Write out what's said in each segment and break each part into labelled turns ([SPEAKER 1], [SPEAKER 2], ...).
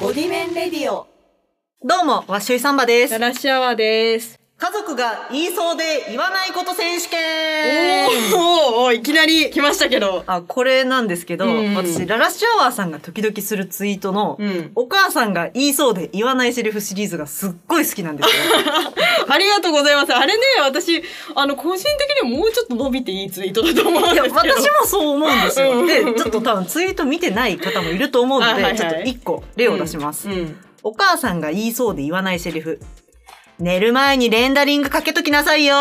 [SPEAKER 1] ボディメンレディオ。
[SPEAKER 2] どうも、ワッシュイサンバです。
[SPEAKER 3] ラシアワです。
[SPEAKER 2] 家族が言いそうで言わないこと選手
[SPEAKER 3] お
[SPEAKER 2] 権
[SPEAKER 3] ーおーいきなり来ましたけど。
[SPEAKER 2] あ、これなんですけど、
[SPEAKER 3] うん
[SPEAKER 2] 私、ララシアワーさんが時々するツイートの、
[SPEAKER 3] うん
[SPEAKER 2] お母さんが言いそうで言わないセリフシリーズがすっごい好きなんですよ。
[SPEAKER 3] ありがとうございます。あれね、私、あの、個人的にはもうちょっと伸びていいツイートだと思 うん
[SPEAKER 2] い
[SPEAKER 3] です
[SPEAKER 2] や、
[SPEAKER 3] けど。
[SPEAKER 2] 私もそう思うんです
[SPEAKER 3] う
[SPEAKER 2] よ。
[SPEAKER 3] ん
[SPEAKER 2] で、ちょっと多分ツイート見てない方もいると思うので、
[SPEAKER 3] はいはいはい
[SPEAKER 2] ちょっと一個例を出します、
[SPEAKER 3] うん。
[SPEAKER 2] お母さんが言いそうで言わないセリフ。寝る前にレンダリングかけときなさいよ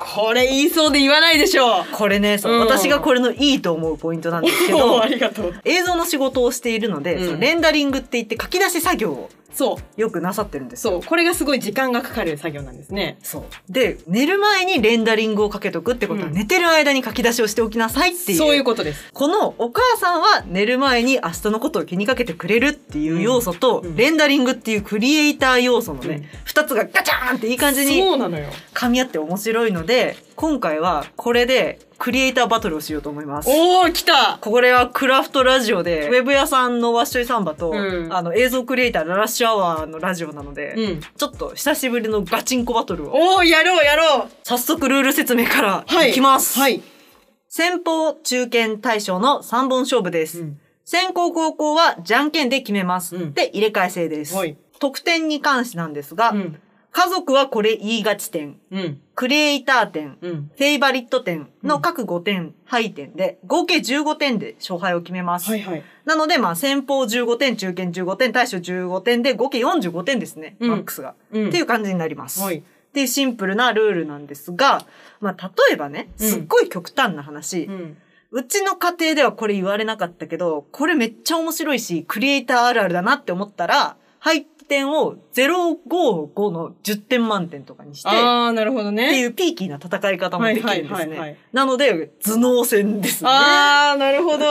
[SPEAKER 3] これ言いそうで言わないでしょう。
[SPEAKER 2] これね、そう
[SPEAKER 3] うん
[SPEAKER 2] 私がこれのいいと思うポイントなんです け
[SPEAKER 3] お
[SPEAKER 2] ど
[SPEAKER 3] ー、ありがとう。
[SPEAKER 2] 映像の仕事をしているので、
[SPEAKER 3] うん
[SPEAKER 2] そのレンダリングって言って書き出し作業を
[SPEAKER 3] そう。
[SPEAKER 2] よくなさってるんですよ。
[SPEAKER 3] そう。これがすごい時間がかかる作業なんですね。
[SPEAKER 2] そう。で、寝る前にレンダリングをかけとくってことは、
[SPEAKER 3] うん
[SPEAKER 2] 寝てる間に書き出しをしておきなさいっていう。
[SPEAKER 3] そういうことです。
[SPEAKER 2] このお母さんは寝る前に明日のことを気にかけてくれるっていう要素と、
[SPEAKER 3] うんうん
[SPEAKER 2] レンダリングっていうクリエイター要素の
[SPEAKER 3] うん
[SPEAKER 2] ね、二、つがガチャーンっていい感じに
[SPEAKER 3] そうなのよ。
[SPEAKER 2] 噛み合って面白いので、今回はこれでクリエイターバトルをしようと思います。
[SPEAKER 3] おー、来た
[SPEAKER 2] これはクラフトラジオで、ウェブ屋さんのワッショイサンバと、
[SPEAKER 3] うん
[SPEAKER 2] あの映像クリエイターララッシュアワーのラジオなので、
[SPEAKER 3] うん。
[SPEAKER 2] ちょっと久しぶりのガチンコバトルを、
[SPEAKER 3] おー、やろう、やろう。
[SPEAKER 2] 早速ルール説明から
[SPEAKER 3] はい。
[SPEAKER 2] いきます。
[SPEAKER 3] はい。
[SPEAKER 2] 先方、中堅、大将の3本勝負です。
[SPEAKER 3] うん
[SPEAKER 2] 先攻後攻はじゃんけんで決めます。
[SPEAKER 3] うん
[SPEAKER 2] で、入れ替え制です。
[SPEAKER 3] はい
[SPEAKER 2] 得点に関してなんですが、
[SPEAKER 3] うん。
[SPEAKER 2] 家族はこれ言いがち点、
[SPEAKER 3] うん。
[SPEAKER 2] クリエイター点、
[SPEAKER 3] うん。
[SPEAKER 2] フェイバリット点の各5点、配点で、合計15点で勝敗を決めます。
[SPEAKER 3] はいはい。
[SPEAKER 2] なので、まあ、先方15点、中堅15点、大将15点で、合計45点ですね、
[SPEAKER 3] うん
[SPEAKER 2] マックスが、
[SPEAKER 3] うん
[SPEAKER 2] っていう感じになります。
[SPEAKER 3] はい
[SPEAKER 2] っていうシンプルなルールなんですが、まあ、例えばね、
[SPEAKER 3] うん
[SPEAKER 2] すっごい極端な話、う
[SPEAKER 3] うん。
[SPEAKER 2] ちの家庭ではこれ言われなかったけど、これめっちゃ面白いし、クリエイターあるあるだなって思ったら、配点を055の10点満点とかにして、っ
[SPEAKER 3] あー、なるほどね。
[SPEAKER 2] ていうピーキーな戦い方もできるんで
[SPEAKER 3] はいは
[SPEAKER 2] す
[SPEAKER 3] いはいはい
[SPEAKER 2] ね。なので、頭脳戦ですね。
[SPEAKER 3] あー、なるほど。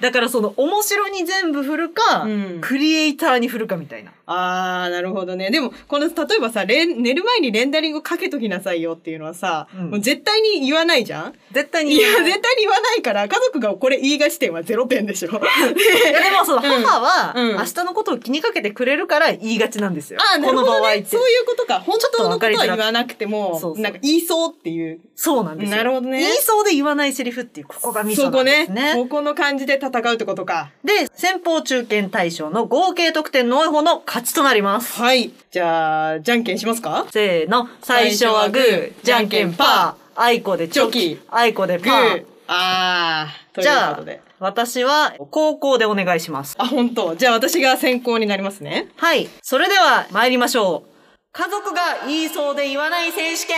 [SPEAKER 2] だからその面白に全部振るか、
[SPEAKER 3] うん
[SPEAKER 2] クリエイターに振るかみたいな。
[SPEAKER 3] あー、なるほどね。でも、この、例えばさ、レン寝る前にレンダリングかけときなさいよっていうのはさ、
[SPEAKER 2] うん
[SPEAKER 3] もう絶対に言わないじゃん
[SPEAKER 2] 絶対に。
[SPEAKER 3] いや、絶対に言わないから、家族がこれ言いがち点は0点で しょ。
[SPEAKER 2] いやでもその
[SPEAKER 3] うん
[SPEAKER 2] 母は、
[SPEAKER 3] うん
[SPEAKER 2] 明日のことを気にかけてくれるから言いがちなんですよ。
[SPEAKER 3] あー、な
[SPEAKER 2] こ
[SPEAKER 3] る
[SPEAKER 2] の
[SPEAKER 3] ほ
[SPEAKER 2] 場
[SPEAKER 3] ど
[SPEAKER 2] 合って
[SPEAKER 3] ね。。そういうことか。本当のことは言わなくて
[SPEAKER 2] ちょっとわかりづら
[SPEAKER 3] も
[SPEAKER 2] くそう、そう
[SPEAKER 3] なんか言いそうっていう。
[SPEAKER 2] そうなんですよ。
[SPEAKER 3] なるほどね
[SPEAKER 2] 言いそうで言わないセリフっていう、ここがミソ
[SPEAKER 3] そ
[SPEAKER 2] な
[SPEAKER 3] こ
[SPEAKER 2] んで
[SPEAKER 3] ね
[SPEAKER 2] すね。
[SPEAKER 3] ここの感じで戦うってことか。
[SPEAKER 2] で、先方中堅大将の合計得点の多い方の勝ちとなります。
[SPEAKER 3] はい。じゃあ、じゃんけんしますか
[SPEAKER 2] せーの、最初はグー、じゃんけんパー、あいこでチョ
[SPEAKER 3] チョ
[SPEAKER 2] キ
[SPEAKER 3] キ、
[SPEAKER 2] あいこで
[SPEAKER 3] グ
[SPEAKER 2] パ
[SPEAKER 3] ー
[SPEAKER 2] ー。。
[SPEAKER 3] あー。
[SPEAKER 2] じゃあ
[SPEAKER 3] ということで、
[SPEAKER 2] 私は、高校でお願いします。
[SPEAKER 3] あ、本当。じゃあ私が先行になりますね。
[SPEAKER 2] はい。それでは参りましょう。家族が言いそうで言わない選手権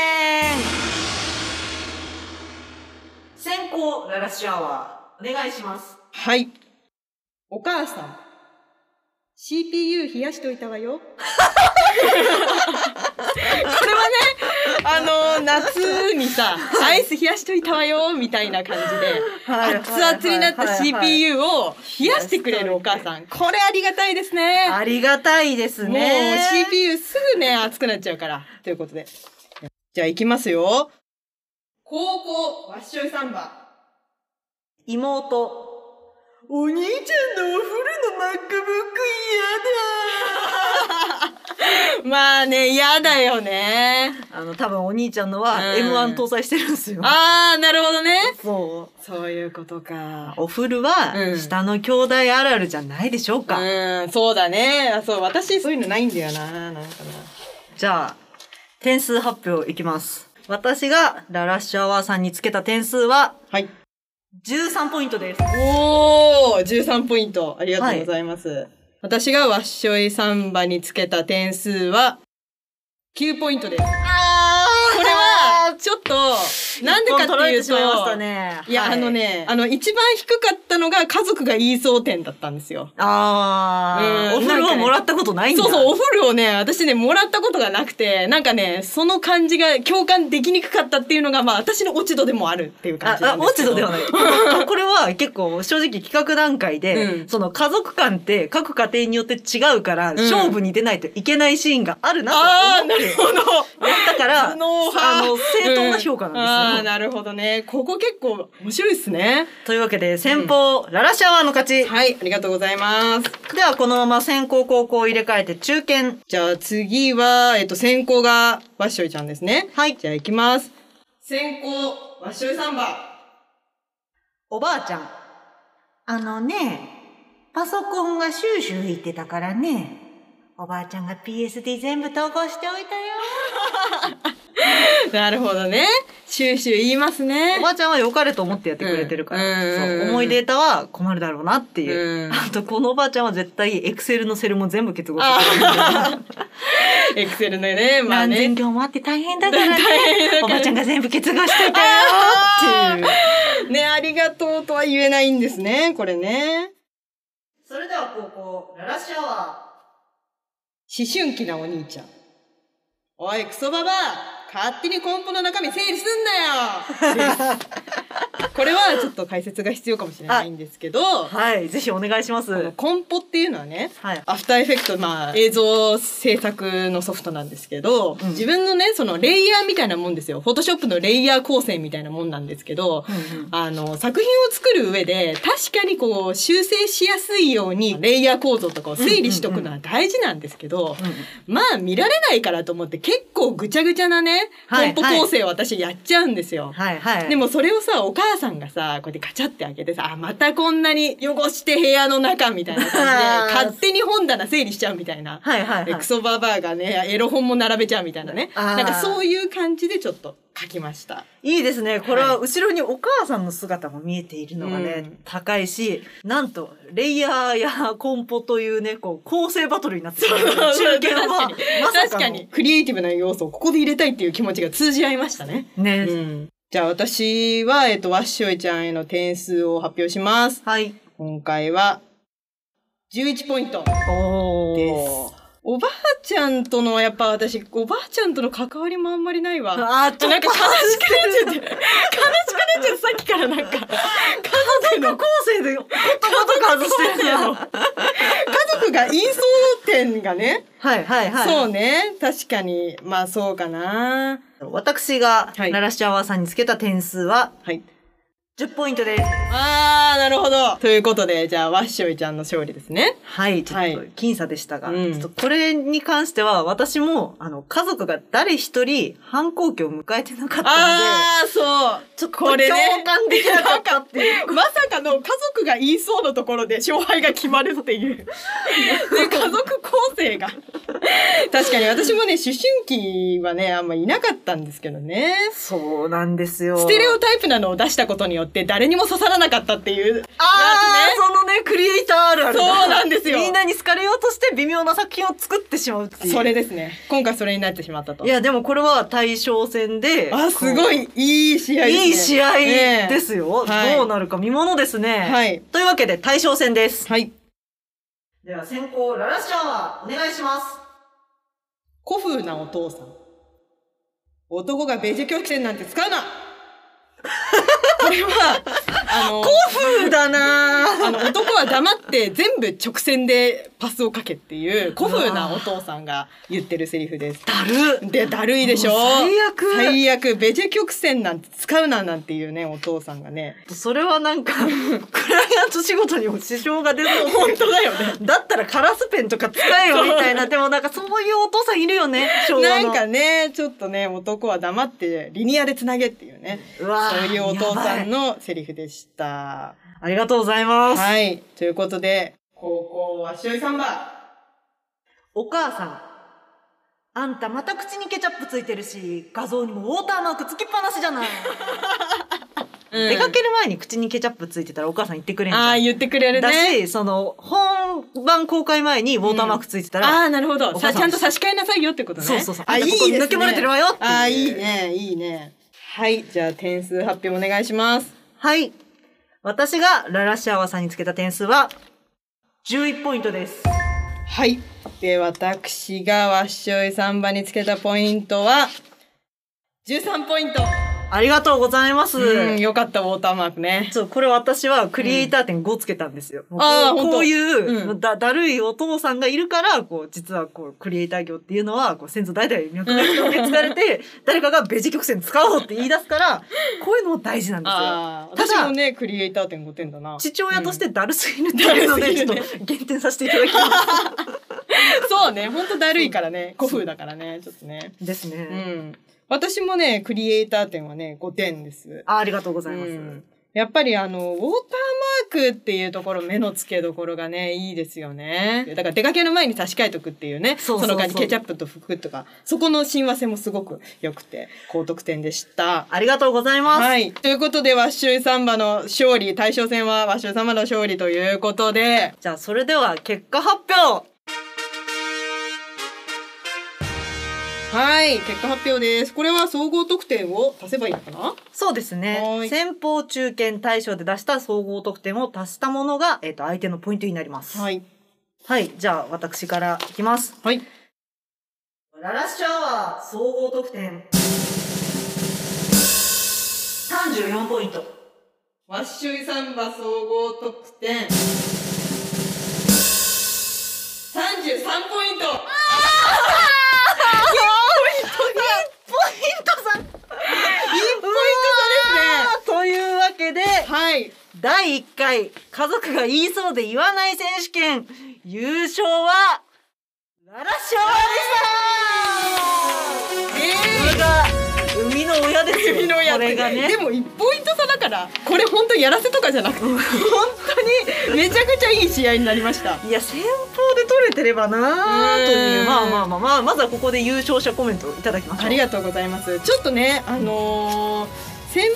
[SPEAKER 2] 先行ララシアワー、お願いします。
[SPEAKER 3] はい。お母さん。CPU 冷やしといたわよ。 これはね、あの夏にさ、アイス冷やしといたわよ、みたいな感じで、
[SPEAKER 2] はい
[SPEAKER 3] 熱々になった
[SPEAKER 2] はいはいはい
[SPEAKER 3] CPU を冷やしてくれるお母さん。これありがたいですね。
[SPEAKER 2] ありがたいです
[SPEAKER 3] もう
[SPEAKER 2] ね。
[SPEAKER 3] CPU すぐね、熱くなっちゃうから。ということで。じゃあ行きますよ。高校、ワッショイサンバ。
[SPEAKER 2] 妹。
[SPEAKER 3] お兄ちゃんのお風呂の MacBook 嫌だまあね、嫌だよね。
[SPEAKER 2] あの、多分お兄ちゃんのは
[SPEAKER 3] うん
[SPEAKER 2] M1 搭載してるんですよ。
[SPEAKER 3] ああ、なるほどね。
[SPEAKER 2] そう。
[SPEAKER 3] そういうことか。
[SPEAKER 2] おフルは
[SPEAKER 3] う、ん
[SPEAKER 2] 下の兄弟あるあるじゃないでしょうか。
[SPEAKER 3] うん、そうだね。あそう、私そういうのないんだよな。なんかな。
[SPEAKER 2] じゃあ、点数発表いきます。私がララッシュアワーさんにつけた点数は
[SPEAKER 3] はい。
[SPEAKER 2] 13ポイントです。
[SPEAKER 3] おー、13ポイント。ありがとうございます。私がわっしょいサンバにつけた点数は、9ポイントです。
[SPEAKER 2] あー
[SPEAKER 3] これは、ちょっと、なんでかっていうと、
[SPEAKER 2] ね
[SPEAKER 3] いや、あの。ね、あの、一番低かったのが家族が言いそう点だったんですよ。
[SPEAKER 2] あー、
[SPEAKER 3] うん
[SPEAKER 2] お風呂
[SPEAKER 3] なん
[SPEAKER 2] は
[SPEAKER 3] かね
[SPEAKER 2] もらったことないんだ。
[SPEAKER 3] そうそう、お風呂をね、私ね、もらったことがなくて、なんかね、その感じが共感できにくかったっていうのが、まあ、私の落ち度でもあるっていう感
[SPEAKER 2] あ
[SPEAKER 3] じな
[SPEAKER 2] あ、
[SPEAKER 3] んです
[SPEAKER 2] 落
[SPEAKER 3] け
[SPEAKER 2] ち
[SPEAKER 3] ど。
[SPEAKER 2] 度では
[SPEAKER 3] ない。
[SPEAKER 2] ない。ここれは結構正直企画段階で、
[SPEAKER 3] うん
[SPEAKER 2] その家族間って各家庭によって違うから、勝負に出ないといけないシーンがあるなと
[SPEAKER 3] ああ、
[SPEAKER 2] 思っ
[SPEAKER 3] な
[SPEAKER 2] て
[SPEAKER 3] るほど。
[SPEAKER 2] やったから、あ
[SPEAKER 3] 頭脳派
[SPEAKER 2] の、正当な評価なんですよ。
[SPEAKER 3] ああ、なるほどね。ここ結構面白いですね。
[SPEAKER 2] というわけで、先方、ララシャワーの勝ち。
[SPEAKER 3] はい、ありがとうございます。
[SPEAKER 2] では、このまま先行後攻を入れ替えて中堅。
[SPEAKER 3] じゃあ次は、えっと、先行がわっしょいちゃんですね。
[SPEAKER 2] はい
[SPEAKER 3] じゃあ行きます。先行、わっしょいサンバ。
[SPEAKER 2] おばあちゃん。あのね、パソコンがシューシュー言ってたからね、おばあちゃんが PSD 全部投稿しておいたよ。
[SPEAKER 3] なるほどね。シューシュー言いますね
[SPEAKER 2] お。ばあちゃんは良かれと思ってやってくれてるから、
[SPEAKER 3] うんうんうん
[SPEAKER 2] そう重いデータは困るだろうなっていう。
[SPEAKER 3] うん
[SPEAKER 2] あと、このおばあちゃんは絶対エクセルのセルも全部結合してくれてる
[SPEAKER 3] エクセルのね、まあ
[SPEAKER 2] 何千
[SPEAKER 3] ね。
[SPEAKER 2] 行もあって 大変だからね。おばあちゃんが全部結合しといたよっていう。
[SPEAKER 3] ね、ありがとうとは言えないんですね、これね。
[SPEAKER 2] それでは高校、ララシャワ
[SPEAKER 3] 思春期なお兄ちゃん。おい、クソババア勝手にコンポの中身整理すんなよ ですこれはちょっと解説が必要かもしれないんですけど、
[SPEAKER 2] ー。はい、ぜひお願いします。
[SPEAKER 3] あのコンポっていうのはね、
[SPEAKER 2] はい
[SPEAKER 3] アフターエフェクト、まあ、映像制作のソフトなんですけど、
[SPEAKER 2] ん
[SPEAKER 3] 自分のね、そのレイヤーみたいなもんですよ。フォトショップのレイヤー構成みたいなもんなんですけど、
[SPEAKER 2] うんうん
[SPEAKER 3] あの、作品を作る上で、確かにこう、修正しやすいように、レイヤー構造とかを整理しとくのは大事なんですけど、まあ、見られないからと思って、結構ぐちゃぐちゃなね、コ
[SPEAKER 2] はい
[SPEAKER 3] ンポ構成を私やっちゃうんですよ。
[SPEAKER 2] はいはい。
[SPEAKER 3] でもそれをさ、お母さんがさ、こうやってカチャって開けてさ、あ、またこんなに汚して部屋の中みたいな感じで、
[SPEAKER 2] あー
[SPEAKER 3] 勝手に本棚整理しちゃうみたいな。
[SPEAKER 2] はいはいはい
[SPEAKER 3] でクソババアがね、エロ本も並べちゃうみたいなね。
[SPEAKER 2] あー
[SPEAKER 3] なんかそういう感じでちょっと書きました。
[SPEAKER 2] いいですね。これは後ろにお母さんの姿も見えているのがね、
[SPEAKER 3] うん
[SPEAKER 2] 高いし、なんと、レイヤーやコンポというね、こう、構成バトルになってる。中堅は、
[SPEAKER 3] 確かに
[SPEAKER 2] まさ
[SPEAKER 3] 確
[SPEAKER 2] か
[SPEAKER 3] か
[SPEAKER 2] の
[SPEAKER 3] に、。クリエイティブな要素をここで入れたいっていう気持ちが通じ合いましたね。
[SPEAKER 2] ね、
[SPEAKER 3] うん。じゃあ私は、えっと、ワッショイちゃんへの点数を発表します。
[SPEAKER 2] はい。
[SPEAKER 3] 今回は、11ポイント。
[SPEAKER 2] お
[SPEAKER 3] です。おばあちゃんとの、やっぱ私、おばあちゃんとの関わりもあんまりないわ。なんか
[SPEAKER 2] あー、ちょっと
[SPEAKER 3] 悲しくなっちゃって、悲しくなっちゃって、さっきからなんか、家族の、
[SPEAKER 2] 構成で、言葉とか外して るよ。
[SPEAKER 3] 家族が印象点がね、
[SPEAKER 2] はいはいはい。
[SPEAKER 3] そうね、確かに、まあそうかな。
[SPEAKER 2] 私が、
[SPEAKER 3] はい
[SPEAKER 2] 奈良市アワーさんにつけた点数は、
[SPEAKER 3] はい。
[SPEAKER 2] 10ポイントです。
[SPEAKER 3] あー、なるほど。ということで、じゃあ、ワッショイちゃんの勝利ですね。
[SPEAKER 2] はい、ちょっと
[SPEAKER 3] はい
[SPEAKER 2] 僅差でしたが、
[SPEAKER 3] うん
[SPEAKER 2] ちょっとこれに関しては私も、あの、家族が誰一人反抗期を迎えてなかったので、
[SPEAKER 3] あー、そう。
[SPEAKER 2] ちょっと
[SPEAKER 3] これね
[SPEAKER 2] 共感できなかったっていう。
[SPEAKER 3] まさかの家族が言いそうのところで勝敗が決まるっていう。ね、家族構成が。確かに私もね、思春期はね、あんまいなかったんですけどね。
[SPEAKER 2] そうなんですよ。
[SPEAKER 3] ステレオタイプなのを出したことによって誰にも刺さらなかったっていう。
[SPEAKER 2] あ
[SPEAKER 3] や
[SPEAKER 2] ー、そのね、クリエイターあるあるだ。
[SPEAKER 3] そうなんですよ
[SPEAKER 2] みんなに好かれようとして微妙な作品を作ってしまうっていう。
[SPEAKER 3] それですね。今回それになってしまったと。
[SPEAKER 2] いや、でもこれは対象戦で、
[SPEAKER 3] あ、すご
[SPEAKER 2] い。
[SPEAKER 3] い、いい試合です、ね。
[SPEAKER 2] いい試合
[SPEAKER 3] ねえ
[SPEAKER 2] ですよ。
[SPEAKER 3] はい
[SPEAKER 2] どうなるか見ものですね。
[SPEAKER 3] はい
[SPEAKER 2] というわけで対象戦です。
[SPEAKER 3] はい。
[SPEAKER 2] では先行、ララシャワー、お願いします。
[SPEAKER 3] 古風なお父さん。男がベジ曲線なんて使 うなこれは、あの、
[SPEAKER 2] 古風だなぁ
[SPEAKER 3] あの男は黙って全部直線でパスをかけっていう古風なお父さんが言ってるセリフです。
[SPEAKER 2] だる
[SPEAKER 3] で、だるいでしょ
[SPEAKER 2] もう最悪
[SPEAKER 3] 最悪ベジェ曲線なんて使うななんていうね、お父さんがね。
[SPEAKER 2] それはなん か、クライアント仕事にも支障が出そう。
[SPEAKER 3] 本当だよね。
[SPEAKER 2] だったらカラスペンとか使えよみたいな。でもなんかそういうお父さんいるよね、昭和
[SPEAKER 3] な
[SPEAKER 2] の。
[SPEAKER 3] んかね、ちょっとね、男は黙ってリニアでつなげっていうね、
[SPEAKER 2] うわぁ
[SPEAKER 3] そういうお父さんのセリフでした。
[SPEAKER 2] ありがとうございます。
[SPEAKER 3] はい。ということで、高校はしおいさんば。
[SPEAKER 2] お母さん。あんたまた口にケチャップついてるし、画像にもウォーターマークつきっぱなしじゃない。出かける前に口にケチャップついてたらお母さん言ってくれんじゃん
[SPEAKER 3] ああ、言ってくれる
[SPEAKER 2] だ
[SPEAKER 3] ね。
[SPEAKER 2] し、その、本番公開前にウォーターマークついてたら、
[SPEAKER 3] ああー、なるほど。
[SPEAKER 2] お母さん
[SPEAKER 3] さちゃんと差し替えなさいよってことね。
[SPEAKER 2] そうそうそう
[SPEAKER 3] あ、いいですね。
[SPEAKER 2] 抜け漏れてるわよっていう
[SPEAKER 3] あー、いいね、いいね。はい、じゃあ点数発表お願いします。
[SPEAKER 2] はい。私がララシアワさんにつけた点数は、11ポイントです。
[SPEAKER 3] はい。で、私がわっしょいサンバにつけたポイントは、13ポイント。
[SPEAKER 2] ありがとうございます。
[SPEAKER 3] うん、よかった、ウォーターマークね。
[SPEAKER 2] そう、これ私はクリエイター点5つけたんですよ。もうこう
[SPEAKER 3] あーほんと
[SPEAKER 2] こういう、
[SPEAKER 3] うん
[SPEAKER 2] だ、だるいお父さんがいるから、こう、実はこう、クリエイター業っていうのは、こう、先祖代々脈々と受け継がれて、誰かがベジ曲線使おうって言い出すから、こういうのも大事なんですよ。
[SPEAKER 3] ああ、
[SPEAKER 2] ただ
[SPEAKER 3] 私もね、クリエイター点5点だな。
[SPEAKER 2] 父親としてだるすぎるっていうの
[SPEAKER 3] う
[SPEAKER 2] で、
[SPEAKER 3] ん
[SPEAKER 2] ちょっと減点させていただきま
[SPEAKER 3] そうね、ほんとだるいからね、古風だからね、ちょっとね。
[SPEAKER 2] す。です
[SPEAKER 3] う
[SPEAKER 2] ね。
[SPEAKER 3] ん。私もね、クリエイター点はね、5点です。
[SPEAKER 2] あありがとうございます。
[SPEAKER 3] うんやっぱりあの、ウォーターマークっていうところ、目の付けどころがね、いいですよね。だから出かける前に差し替えとくっていうね、
[SPEAKER 2] そ
[SPEAKER 3] そう
[SPEAKER 2] そうそう
[SPEAKER 3] の間にケチャップと服とか、そこの親和性もすごく良くて、高得点でした。
[SPEAKER 2] ありがとうございます。
[SPEAKER 3] はい。ということで、ワッシュイサンバの勝利、大将戦はワッシュイサンバの勝利ということで、
[SPEAKER 2] じゃあ、それでは結果発表
[SPEAKER 3] はい、結果発表です。これは総合得点を足せばいいのかな
[SPEAKER 2] そうです
[SPEAKER 3] は
[SPEAKER 2] ね
[SPEAKER 3] い。
[SPEAKER 2] 先方、中堅、大将で出した総合得点を足したものが、えっ、と、相手のポイントになります。はい。
[SPEAKER 3] い。
[SPEAKER 2] じゃあ、私からいきます。
[SPEAKER 3] はい。
[SPEAKER 2] ララッシュアワー総合得点。34ポイント。
[SPEAKER 3] ワッシュイサンバ総合得点。三十三ポイント。一
[SPEAKER 2] ポイント
[SPEAKER 3] ポイ
[SPEAKER 2] さんというわけで、
[SPEAKER 3] ント差ですね。はい。
[SPEAKER 2] 第1回、家族が言いそうで言わない選手権、優勝は、ララッシュアワーでしたこれが生みの親ですよ
[SPEAKER 3] 君のやつ
[SPEAKER 2] これがね
[SPEAKER 3] でも一ポイント差だから、これ本当やらせとかじゃなくて、本当にめちゃくちゃいい試合になりました。
[SPEAKER 2] いや先方で取れてればなあといううんまあまあまあまあまずはここで優勝者コメントをいただきましょう
[SPEAKER 3] ありがとうございます。ちょっとね、あのー先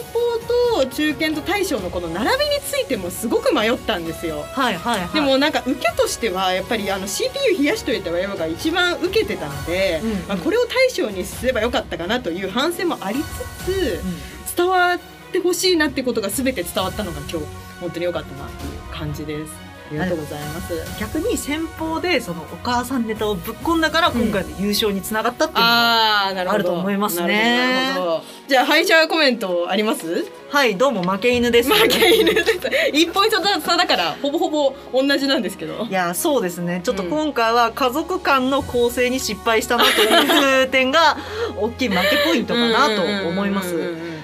[SPEAKER 3] 方と中堅と大将のこの並びについてもすごく迷ったんですよ。
[SPEAKER 2] はいはいはい
[SPEAKER 3] でもなんか受けとしてはやっぱりあの CPU 冷やしといた親が一番受けてたので、
[SPEAKER 2] うん
[SPEAKER 3] まあ、これを対象にすればよかったかなという反省もありつつ
[SPEAKER 2] うん
[SPEAKER 3] 伝わってほしいなってことが全て伝わったのが今日本当に良かったなっていう感じです。ありがとうございます。
[SPEAKER 2] 逆に先方でそのお母さんネタをぶっ込んだから今回の優勝につながったっていうのは、
[SPEAKER 3] あーなるほど
[SPEAKER 2] あると思いますね
[SPEAKER 3] なるほどなるほどじゃあ敗者コメントあります
[SPEAKER 2] はいどうも負け犬です
[SPEAKER 3] 負け犬です。一ポイント差だから、ほぼほぼ同じなんですけど
[SPEAKER 2] い。やそうですねちょっと今回は家族間の構成に失敗したなという点が大きい負けポイントかなと思いま
[SPEAKER 3] うんうん
[SPEAKER 2] す。
[SPEAKER 3] うんうん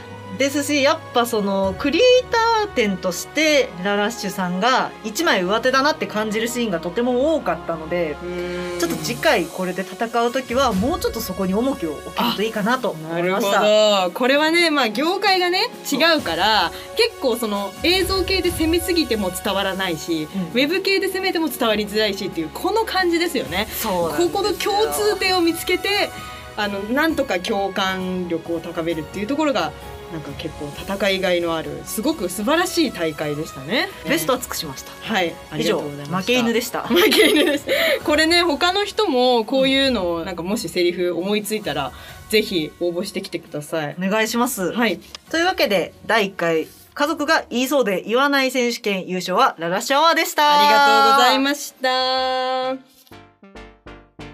[SPEAKER 2] ですしやっぱそのクリエイター点としてララッシュさんが一枚上手だなって感じるシーンがとても多かったので
[SPEAKER 3] うん
[SPEAKER 2] ちょっと次回これで戦う時はもうちょっとそこに重きを置けるといいかなと思
[SPEAKER 3] ないる
[SPEAKER 2] ま
[SPEAKER 3] ほ
[SPEAKER 2] した。
[SPEAKER 3] どこれはねまあ業界がね違うから結構その映像系で攻めすぎても伝わらないし、
[SPEAKER 2] うん
[SPEAKER 3] ウェブ系で攻めても伝わりづらいしっていうこの感じですよね
[SPEAKER 2] そうなんです
[SPEAKER 3] こ
[SPEAKER 2] よ
[SPEAKER 3] この共通点を見つけてあのなんとか共感力を高めるっていうところがなんか結構戦いがいのあるすごく素晴らしい大会でしたね
[SPEAKER 2] ベストは尽くしました。
[SPEAKER 3] はいあ
[SPEAKER 2] 以
[SPEAKER 3] りが
[SPEAKER 2] 上
[SPEAKER 3] とうございま
[SPEAKER 2] 負
[SPEAKER 3] した
[SPEAKER 2] け犬でした。
[SPEAKER 3] 負け犬です。これね、他の人もこういうのを、なんかもしセリフ思いついたら、ぜひ応募してきてください。
[SPEAKER 2] お願いします。
[SPEAKER 3] はい。
[SPEAKER 2] というわけで第1回家族が言いそうで言わない選手権優勝はララシャワーでした。
[SPEAKER 3] ありがとうございました。
[SPEAKER 2] す。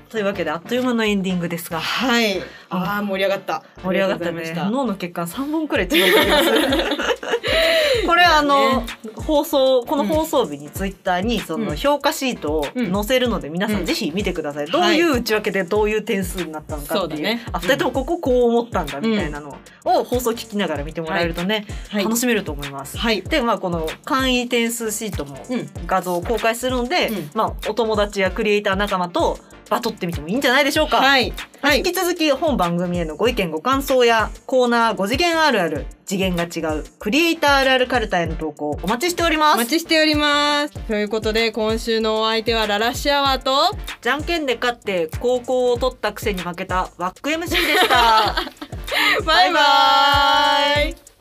[SPEAKER 2] というわけであっという間のエンディングですが。
[SPEAKER 3] はい。ああ、盛り上がった。
[SPEAKER 2] 盛り上がったね
[SPEAKER 3] ありがとうございま
[SPEAKER 2] 脳の血管3本くらい違う これあの、
[SPEAKER 3] ね
[SPEAKER 2] 放送この放送日にツイッターにその
[SPEAKER 3] うん
[SPEAKER 2] 評価シートを載せるので、皆さ
[SPEAKER 3] うんん
[SPEAKER 2] ぜひ見てください、どういう内訳でどういう点数になったのかっていう
[SPEAKER 3] そうだね
[SPEAKER 2] あ2人ともこここう思ったんだみたいなのを放送聞きながら見てもらえるとね、
[SPEAKER 3] はい
[SPEAKER 2] 楽しめると思います。
[SPEAKER 3] はい。
[SPEAKER 2] でまあこの簡易点数シートも
[SPEAKER 3] うん。
[SPEAKER 2] 画像を公開するので、
[SPEAKER 3] うん
[SPEAKER 2] まあお友達やクリエイター仲間とバトってみてもいいんじゃないでしょうか。
[SPEAKER 3] はい。はい
[SPEAKER 2] 引き。続き本番組へのご意見ご感想やコーナー5次元あるある次元が違うクリエイターあるあるカルタへの投稿お待ちしておりま
[SPEAKER 3] お
[SPEAKER 2] す
[SPEAKER 3] 待ちしております。ということで、今週のお相手はララシアワーと、
[SPEAKER 2] じゃんけんで勝って高校を取ったくせに負けたワック MC でした
[SPEAKER 3] バイバーイ